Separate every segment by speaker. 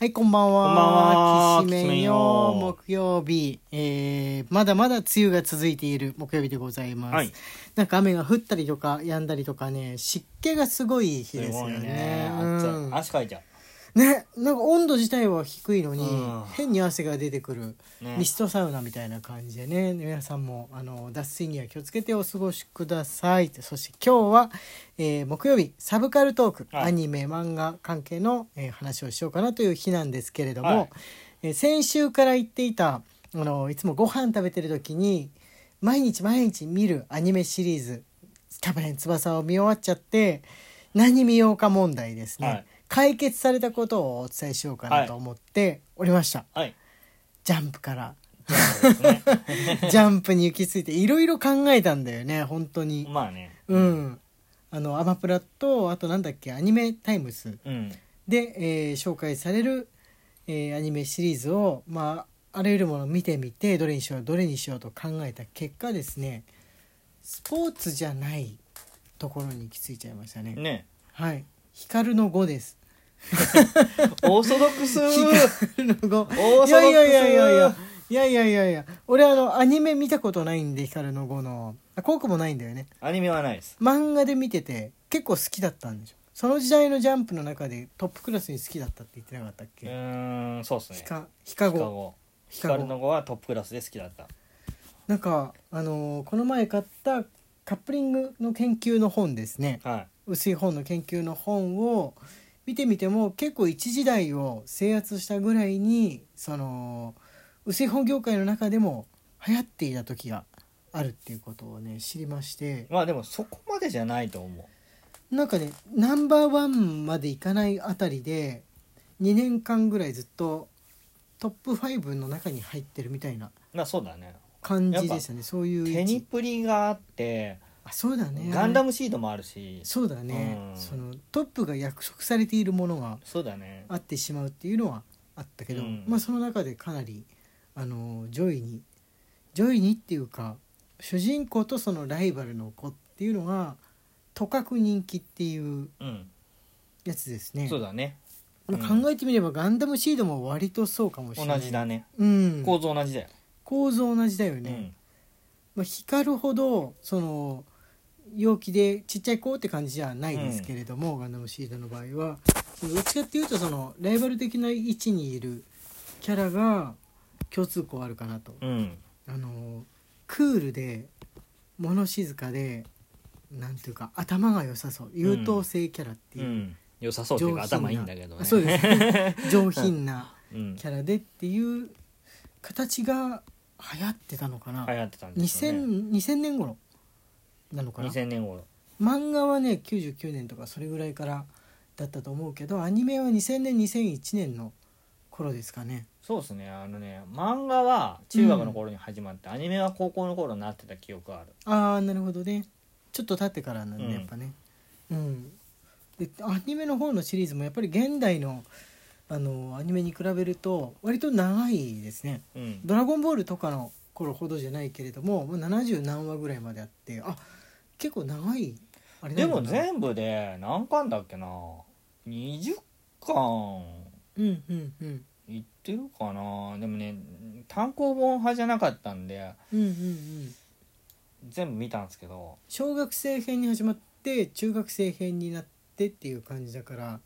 Speaker 1: はい、こんばんは。
Speaker 2: こんばんは
Speaker 1: きしめんよ。木曜日。えー、まだまだ梅雨が続いている木曜日でございます。
Speaker 2: はい
Speaker 1: なんか雨が降ったりとか、止んだりとかね、湿気がすごい日ですよね。
Speaker 2: 暑い
Speaker 1: うん
Speaker 2: 足かいちゃ
Speaker 1: ね、なんか温度自体は低いのに、
Speaker 2: うん
Speaker 1: 変に汗が出てくる、
Speaker 2: う。ね
Speaker 1: ミストサウナみたいな感じでね皆さんもあの脱水には気をつけてお過ごしくださいそして今日は、えー木曜日サブカルトーク、
Speaker 2: はい
Speaker 1: アニメ漫画関係の、えー話をしようかなという日なんですけれども、
Speaker 2: はい
Speaker 1: えー先週から言っていたあのいつもご飯食べてる時に毎日毎日見るアニメシリーズ「キャプテン翼」を見終わっちゃって何見ようか問題ですね、
Speaker 2: はい
Speaker 1: 解決されたことをお伝えしようかなと思っておりました。
Speaker 2: はい。
Speaker 1: ジャンプから
Speaker 2: そうですね
Speaker 1: ジャンプに行き着いていろいろ考えたんだよね本当に
Speaker 2: まあね。
Speaker 1: うんあのアマプラとあとなんだっけアニメタイムス
Speaker 2: うん。
Speaker 1: で、えー紹介される、えーアニメシリーズをまああらゆるものを見てみてどれにしようどれにしようと考えた結果ですねスポーツじゃないところに行き着いちゃいましたね
Speaker 2: ね。
Speaker 1: はい光の5です
Speaker 2: オーソドックス。
Speaker 1: 光の5
Speaker 2: オー
Speaker 1: い
Speaker 2: ソドックス
Speaker 1: やいやいやいやいや いやいやいやいや俺あのアニメ見たことないんで光の碁のあコウクもないんだよね
Speaker 2: アニメはないです。
Speaker 1: 漫画で見てて結構好きだったんでしょその時代のジャンプの中でトップクラスに好きだったって言ってなかったっ
Speaker 2: う
Speaker 1: け、
Speaker 2: ーん、そうですね
Speaker 1: ヒ。カヒカ
Speaker 2: ヒカ
Speaker 1: ゴ
Speaker 2: ゴ
Speaker 1: ヒカゴ
Speaker 2: 光の子はトップクラスで好きだった。
Speaker 1: なんかあのーこの前買ったカップリングの研究の本ですね
Speaker 2: は
Speaker 1: 薄い本の研究の本を見てみても結構一時代を制圧したぐらいにその薄い本業界の中でも流行っていた時があるっていうことをね知りまして
Speaker 2: い。まあでもそこまでじゃないと思
Speaker 1: なんかねナンバーワンまでいかないあたりで2年間ぐらいずっとトップ5の中に入ってるみたいな
Speaker 2: う。まあそうだね。
Speaker 1: 感じでしたねそういう位
Speaker 2: テニ
Speaker 1: 置
Speaker 2: プリがあって、
Speaker 1: あそうだね
Speaker 2: ガンダムシードもあるし、
Speaker 1: そうだね、
Speaker 2: うん
Speaker 1: そのトップが約束されているものが
Speaker 2: そうだね。
Speaker 1: あってしまうっていうのはあったけど、
Speaker 2: うん
Speaker 1: まあその中でかなりあの上位に上位にっていうか主人公とそのライバルの子っていうのがとかく人気っていう
Speaker 2: うん。
Speaker 1: やつですね
Speaker 2: そうだね。
Speaker 1: まあ
Speaker 2: うん
Speaker 1: 考えてみればガンダムシードも割とそうかもしれ
Speaker 2: 同
Speaker 1: ない
Speaker 2: じだね。
Speaker 1: うん、
Speaker 2: 構造同じだよ。
Speaker 1: 構造同じだよ
Speaker 2: う
Speaker 1: ね、
Speaker 2: ん。
Speaker 1: まあ、光るほどその陽気でちっちゃい子って感じじゃないですけれども、ガンダムシードの場合はそのどっちかっていうとそのライバル的な位置にいるキャラが共通項あるかなと、
Speaker 2: うん。
Speaker 1: あのクールで物静かでなんていうか頭が良さそう優等生キャラって
Speaker 2: う
Speaker 1: いう、
Speaker 2: ん。良さそうっていうか頭いいんだけど
Speaker 1: あ
Speaker 2: ね。
Speaker 1: そうですね 上品な
Speaker 2: うん。
Speaker 1: キャラでっていう形が流行ってたのかな、
Speaker 2: 流行ってたんですよね。
Speaker 1: 2000, 2000年頃なのかな
Speaker 2: 2000年頃。
Speaker 1: 漫画はね99年とかそれぐらいからだったと思うけどアニメは2000年2001年の頃ですかね
Speaker 2: そうですねあのね漫画は中学の頃に始まって、アニメは高校の頃になってた記憶がある
Speaker 1: ああなるほどねちょっと経ってからなんで、
Speaker 2: うん
Speaker 1: やっぱねうんでアニメの方のシリーズもやっぱり現代のあのアニメに比べると割と長いですね
Speaker 2: うん
Speaker 1: ドラゴンボールとかの頃ほどじゃないけれどももう70何話ぐらいまであってあ結構長いあれな
Speaker 2: で
Speaker 1: んだな
Speaker 2: も全部で何巻だっけな20巻
Speaker 1: うんうんうん
Speaker 2: いってるかなでもね単行本派じゃなかったんで
Speaker 1: うんうんうん
Speaker 2: 全部見たんですけど
Speaker 1: 小学生編に始まって中学生編になってっていう感じだから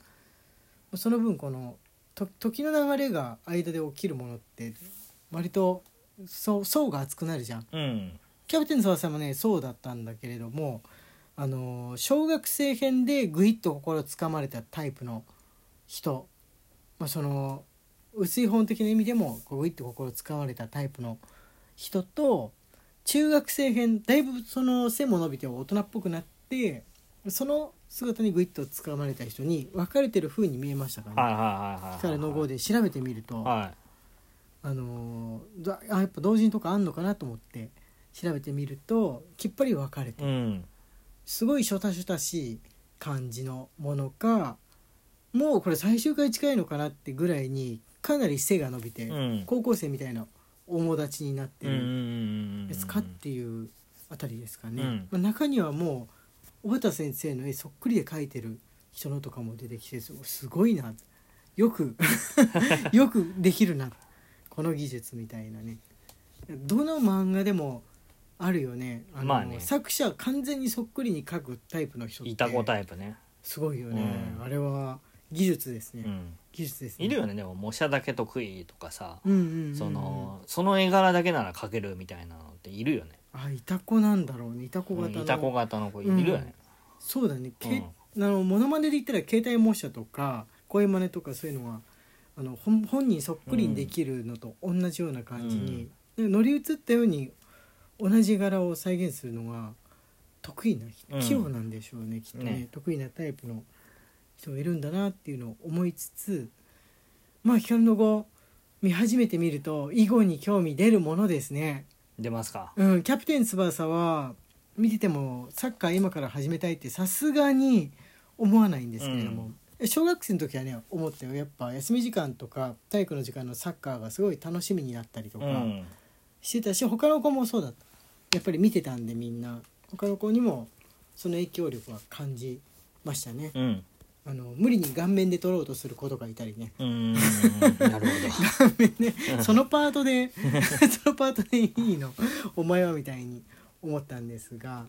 Speaker 1: その分このと時の流れが間で起きるものって割とそう層が厚くなるじゃん。
Speaker 2: うん
Speaker 1: キャプテン翼もねそうだったんだけれどもあの小学生編でぐいっと心つかまれたタイプの人、まあ、その薄い本的な意味でもこうぐいっと心つかまれたタイプの人と中学生編だいぶその背も伸びて大人っぽくなってその姿にぐいっとつかまれた人に分かれてる風に見えましたから、
Speaker 2: は
Speaker 1: ね。
Speaker 2: いはいはいはい
Speaker 1: 光の号で調べてみると、
Speaker 2: は
Speaker 1: あのーだあやっぱ同人とかあんのかなと思って調べてみるときっぱり分かれて
Speaker 2: いうん
Speaker 1: すごいしょたしょたしい感じのものかもうこれ最終回近いのかなってぐらいにかなり背が伸びて、
Speaker 2: うん
Speaker 1: 高校生みたいな友達になって
Speaker 2: うんうん
Speaker 1: る
Speaker 2: うん
Speaker 1: やつかっていうあたりですかね、
Speaker 2: うん
Speaker 1: まあ、中にはもう小畑先生の絵そっくりで描いてる人のとかも出てきてすごいなよ くよくできるなこの技術みたいなねどの漫画でもあるよねあの
Speaker 2: まあね
Speaker 1: 作者完全にそっくりに描くタイプの人って
Speaker 2: いたこタイプね、
Speaker 1: すごいよね、
Speaker 2: うん
Speaker 1: あれは技術ですね、
Speaker 2: うん、
Speaker 1: 技術ですね
Speaker 2: いるよねでも模写だけ得意とかさ、
Speaker 1: うんうんうんうん
Speaker 2: そのその絵柄だけなら描けるみたいなのっているよね
Speaker 1: あいたこなんだろうねいたこ型の、
Speaker 2: いたこ型の子いるよね、
Speaker 1: そうだね、け
Speaker 2: う
Speaker 1: あのモノマネで言ったら携帯模写とか声真似とかそういうのはあの本本人そっくりにできるのと同じような感じに、で乗り移ったように同じ柄を再現するのが得意な人
Speaker 2: うん
Speaker 1: 器用なんでしょうね、きっとね
Speaker 2: ね
Speaker 1: 得意なタイプの人がいるんだなっていうのを思いつつまあ光の碁見始めてみると囲碁に興味出るものですね。
Speaker 2: 出ますか
Speaker 1: うん、キャプテン翼は見ててもサッカー今から始めたいってさすがに思わないんですけれども、小学生の時はね思ったよやっぱ休み時間とか体育の時間のサッカーがすごい楽しみになったりと
Speaker 2: う
Speaker 1: か
Speaker 2: ん
Speaker 1: してたし、他の子もそうだったやっぱり見てたんでみんな他の子にもその影響力は感じましたね、
Speaker 2: うん
Speaker 1: あの無理に顔面で取ろうとする子とかいたりね
Speaker 2: うん なるほ
Speaker 1: そのパートで そのパートでいいのお前はみたいに思ったんですが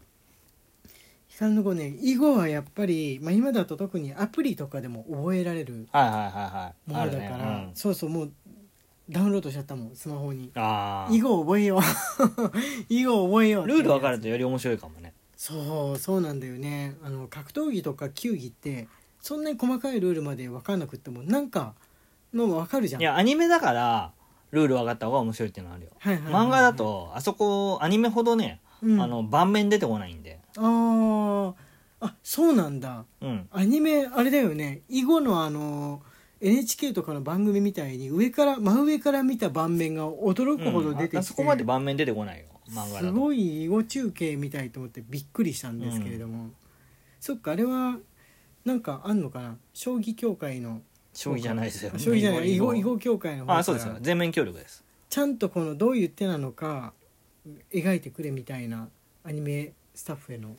Speaker 1: 光の子ね囲碁はやっぱり、まあ、今だと特にアプリとかでも覚えられる
Speaker 2: どはいはいはい
Speaker 1: も
Speaker 2: はい
Speaker 1: のだ
Speaker 2: ある
Speaker 1: か
Speaker 2: ね
Speaker 1: ら、
Speaker 2: うん
Speaker 1: そうそうもうダウンロードしちゃったもんスマホに
Speaker 2: あ
Speaker 1: 囲
Speaker 2: ー
Speaker 1: 碁覚えよう 囲碁覚えよう
Speaker 2: ルール分か
Speaker 1: る
Speaker 2: るとより面白いかもね
Speaker 1: そうそうなんだよねあの格闘技とか球技ってそんなに細かいルールまで分かんなくってもなんかの分かるじゃん
Speaker 2: いやアニメだからルール分かった方が面白いっていうのあるよ
Speaker 1: はいはいはいはい
Speaker 2: 漫画だとあそこアニメほどね
Speaker 1: うん
Speaker 2: あの盤面出てこないんで
Speaker 1: あああそうなんだ
Speaker 2: うん
Speaker 1: アニメあれだよね囲碁のあの NHK とかの番組みたいに上から真上から見た盤面が驚くほど出てきて、
Speaker 2: うんああそこまで盤面出てこないよ漫画だ
Speaker 1: す
Speaker 2: と
Speaker 1: ごい囲碁中継みたいと思ってびっくりしたんですけれども、そっかあれはなんかあんのかな将棋協会の
Speaker 2: 将棋じゃないですよ
Speaker 1: あ将棋じゃない囲碁囲
Speaker 2: 囲
Speaker 1: 碁協会の方から
Speaker 2: あそうですよ全面協力です
Speaker 1: ちゃんとこのどういう手なのか描いてくれみたいなアニメスタッフへの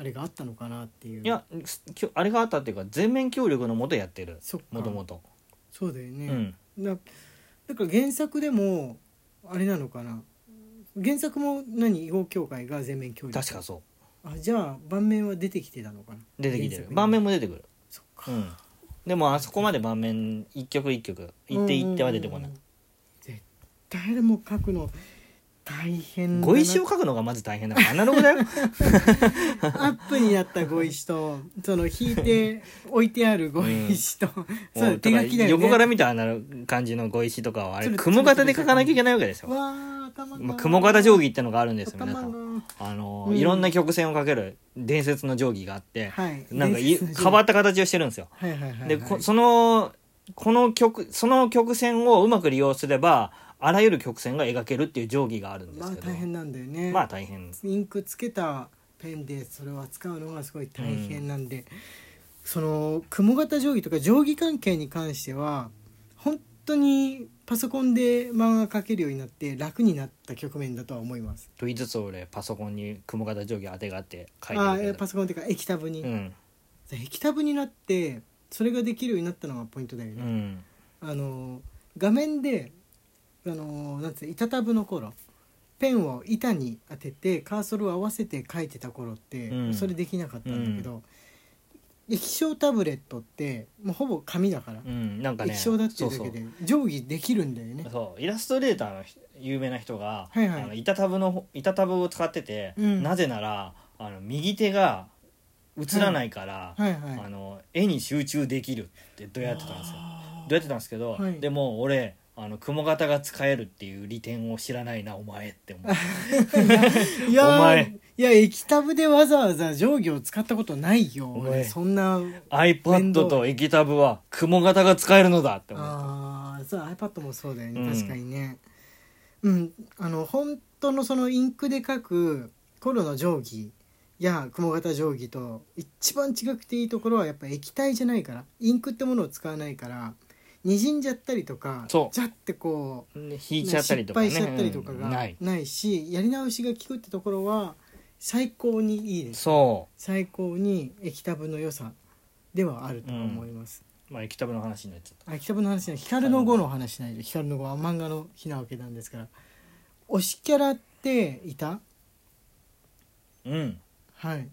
Speaker 1: あれがあったのかなっていう
Speaker 2: いやすきょあれがあったっていうか全面協力のもとやってる
Speaker 1: そっか
Speaker 2: もともと
Speaker 1: そうだよ
Speaker 2: う
Speaker 1: ね、
Speaker 2: ん
Speaker 1: だだから原作でもあれなのかな原作も何囲碁協会が全面協力
Speaker 2: 確かそ
Speaker 1: あじゃあ盤面は出てきてたのかな
Speaker 2: う出てきて
Speaker 1: 原
Speaker 2: る
Speaker 1: 作に
Speaker 2: 盤面も出てくる
Speaker 1: そっか
Speaker 2: うんでもあそこまで盤面一曲一曲一手一手は出てこ
Speaker 1: う
Speaker 2: ない
Speaker 1: んうんうん絶対でも書くの大変だな
Speaker 2: 碁石を書くのがまず大変だからアナログだよ
Speaker 1: アップになった碁石とその引いて置いてある碁石と、 そう
Speaker 2: も
Speaker 1: だ
Speaker 2: う
Speaker 1: 手
Speaker 2: だから
Speaker 1: 書きだよね
Speaker 2: 横から見たあの感じの碁石とかはあれ
Speaker 1: つるつる
Speaker 2: 雲型で書かなきゃいけないわけですよ、
Speaker 1: わあ頭が
Speaker 2: まあ、雲型定規ってのがあるんですよ皆
Speaker 1: 頭
Speaker 2: さん
Speaker 1: が
Speaker 2: あの、
Speaker 1: うん
Speaker 2: いろんな曲線をかける伝説の定規があって、
Speaker 1: はい
Speaker 2: なんかい
Speaker 1: 伝説の定規
Speaker 2: 変わった形をしてるんですよ。
Speaker 1: はいはいはい、はい、
Speaker 2: でこそのこの曲その曲線をうまく利用すればあらゆる曲線が描けるっていう定規があるんで
Speaker 1: ますあ
Speaker 2: けど、
Speaker 1: 大変なんだよね
Speaker 2: まあ大変
Speaker 1: インクつけたペンでそれを扱うのがすごい大変なんで、その雲型定規とか定規関係に関しては本当にパソコンで漫画描けるようになって楽になった局面だとは思います。
Speaker 2: と言いつつ俺パソコンに雲型定規当てがあって書いて
Speaker 1: あ
Speaker 2: る
Speaker 1: え
Speaker 2: けど
Speaker 1: パソコンっていうか液タブに、
Speaker 2: うん
Speaker 1: 液タブになってそれができるようになったのがポイントだよ
Speaker 2: う
Speaker 1: ね。
Speaker 2: ん
Speaker 1: あの画面であのなんつうの板タブの頃ペンを板に当ててカーソルを合わせて書いてた頃って、
Speaker 2: うん
Speaker 1: それできなかったんだけど、液晶タブレットってもうほぼ紙だから、
Speaker 2: うんなんかね
Speaker 1: 液晶だっていうだ
Speaker 2: そう
Speaker 1: け
Speaker 2: そ
Speaker 1: で定規できるんだよね
Speaker 2: う。そうイラストレーターの人有名な人
Speaker 1: は
Speaker 2: が、
Speaker 1: いはい
Speaker 2: あの板タブの板タブを使ってて、
Speaker 1: うん
Speaker 2: なぜならあの右手が映らないから、
Speaker 1: はいはい
Speaker 2: あの絵に集中できるってどうやってたんですよどうやってたんですけど、
Speaker 1: はい
Speaker 2: でも俺あの雲型が使えるっていう利点を知らないなお前って思う
Speaker 1: いや
Speaker 2: お前
Speaker 1: いや液タブでわざわざ定規を使ったことないよ
Speaker 2: お前
Speaker 1: 俺そんな
Speaker 2: iPad と液タブは雲型が使えるのだって思う
Speaker 1: ああそう iPad もそうだよね、
Speaker 2: うん
Speaker 1: 確かにねうんあの本当のそのインクで書く頃の定規や雲型定規と一番違くていいところはやっぱ液体じゃないからインクってものを使わないから滲んじゃったりとか
Speaker 2: そう
Speaker 1: ジャッてこう
Speaker 2: ね引いちゃったりとか、ね、
Speaker 1: 失敗しちゃったりとか
Speaker 2: うんな
Speaker 1: が
Speaker 2: い
Speaker 1: ないし、やり直しが効くってところは最高にいいです
Speaker 2: そ
Speaker 1: 最高に液タブの良さではあると思います、
Speaker 2: まあ液タブの話になっちゃっ
Speaker 1: あ北部の話ね光の碁の話しないで光の碁は漫画の日なわけなんですから推しキャラっていた
Speaker 2: たうん
Speaker 1: はい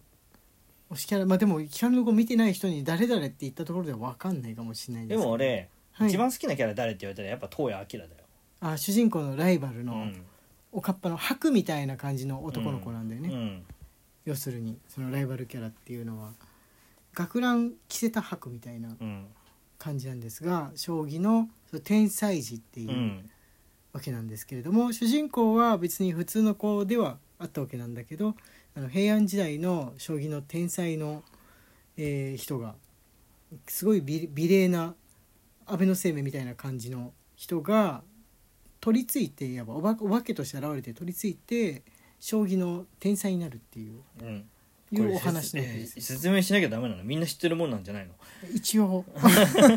Speaker 1: 推しキャラまあでも光の碁見てない人に誰々って言ったところでは分かんないかもしれないけ
Speaker 2: で
Speaker 1: ど
Speaker 2: も俺、
Speaker 1: はい
Speaker 2: 一番好きなキャラ誰って言われたらやっぱ東谷明だよ、
Speaker 1: あ主人公のライバル
Speaker 2: う
Speaker 1: の、
Speaker 2: ん
Speaker 1: おかっぱの白みたいな感じの男の子なんだよね、
Speaker 2: うん
Speaker 1: 要するにそのライバルキャラっていうのは学ラン着せた白みたいな
Speaker 2: うん
Speaker 1: 感じなんですが将棋のその天才児っていうう、
Speaker 2: ん
Speaker 1: わけなんですけれども主人公は別に普通の子ではあったわけなんだけどあの平安時代の将棋の天才の、えー人がすごい美美麗な安倍晴明みたいな感じの人が取り付いていわばおばお化けとして現れて取り付いて将棋の天才になるっていう
Speaker 2: うん
Speaker 1: い
Speaker 2: これ
Speaker 1: うお話なんです
Speaker 2: 説え説明しなきゃダメなのみんな知ってるもんなんじゃないの
Speaker 1: 一応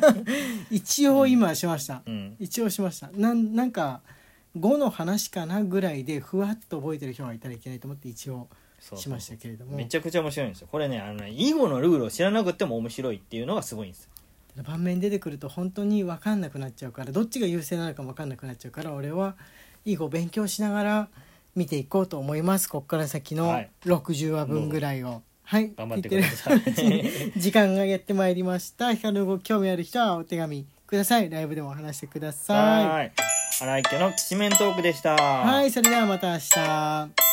Speaker 1: 一応今しました
Speaker 2: うん
Speaker 1: 一応しましたなんなんか5の話かなぐらいでふわっと覚えてる人がいたらいけないと思って一応
Speaker 2: そうそう
Speaker 1: しましたけれども
Speaker 2: めちゃくちゃ面白いんですよこれねあのね囲碁のルールを知らなくても面白いっていうのがすごいんですよ
Speaker 1: 盤面出てくると本当に分かんなくなっちゃうからどっちが優勢なのかも分かんなくなっちゃうから俺は囲碁勉強しながら見ていこうと思いますこっから先
Speaker 2: は
Speaker 1: の
Speaker 2: い
Speaker 1: 60話分ぐらいを。はい、
Speaker 2: 頑張ってください
Speaker 1: 言ってる時間がやってまいりました光のご興味ある人はお手紙くださいライブでもお話してください
Speaker 2: はーい荒井家のきしめんトークでした
Speaker 1: はい、それではまた明日。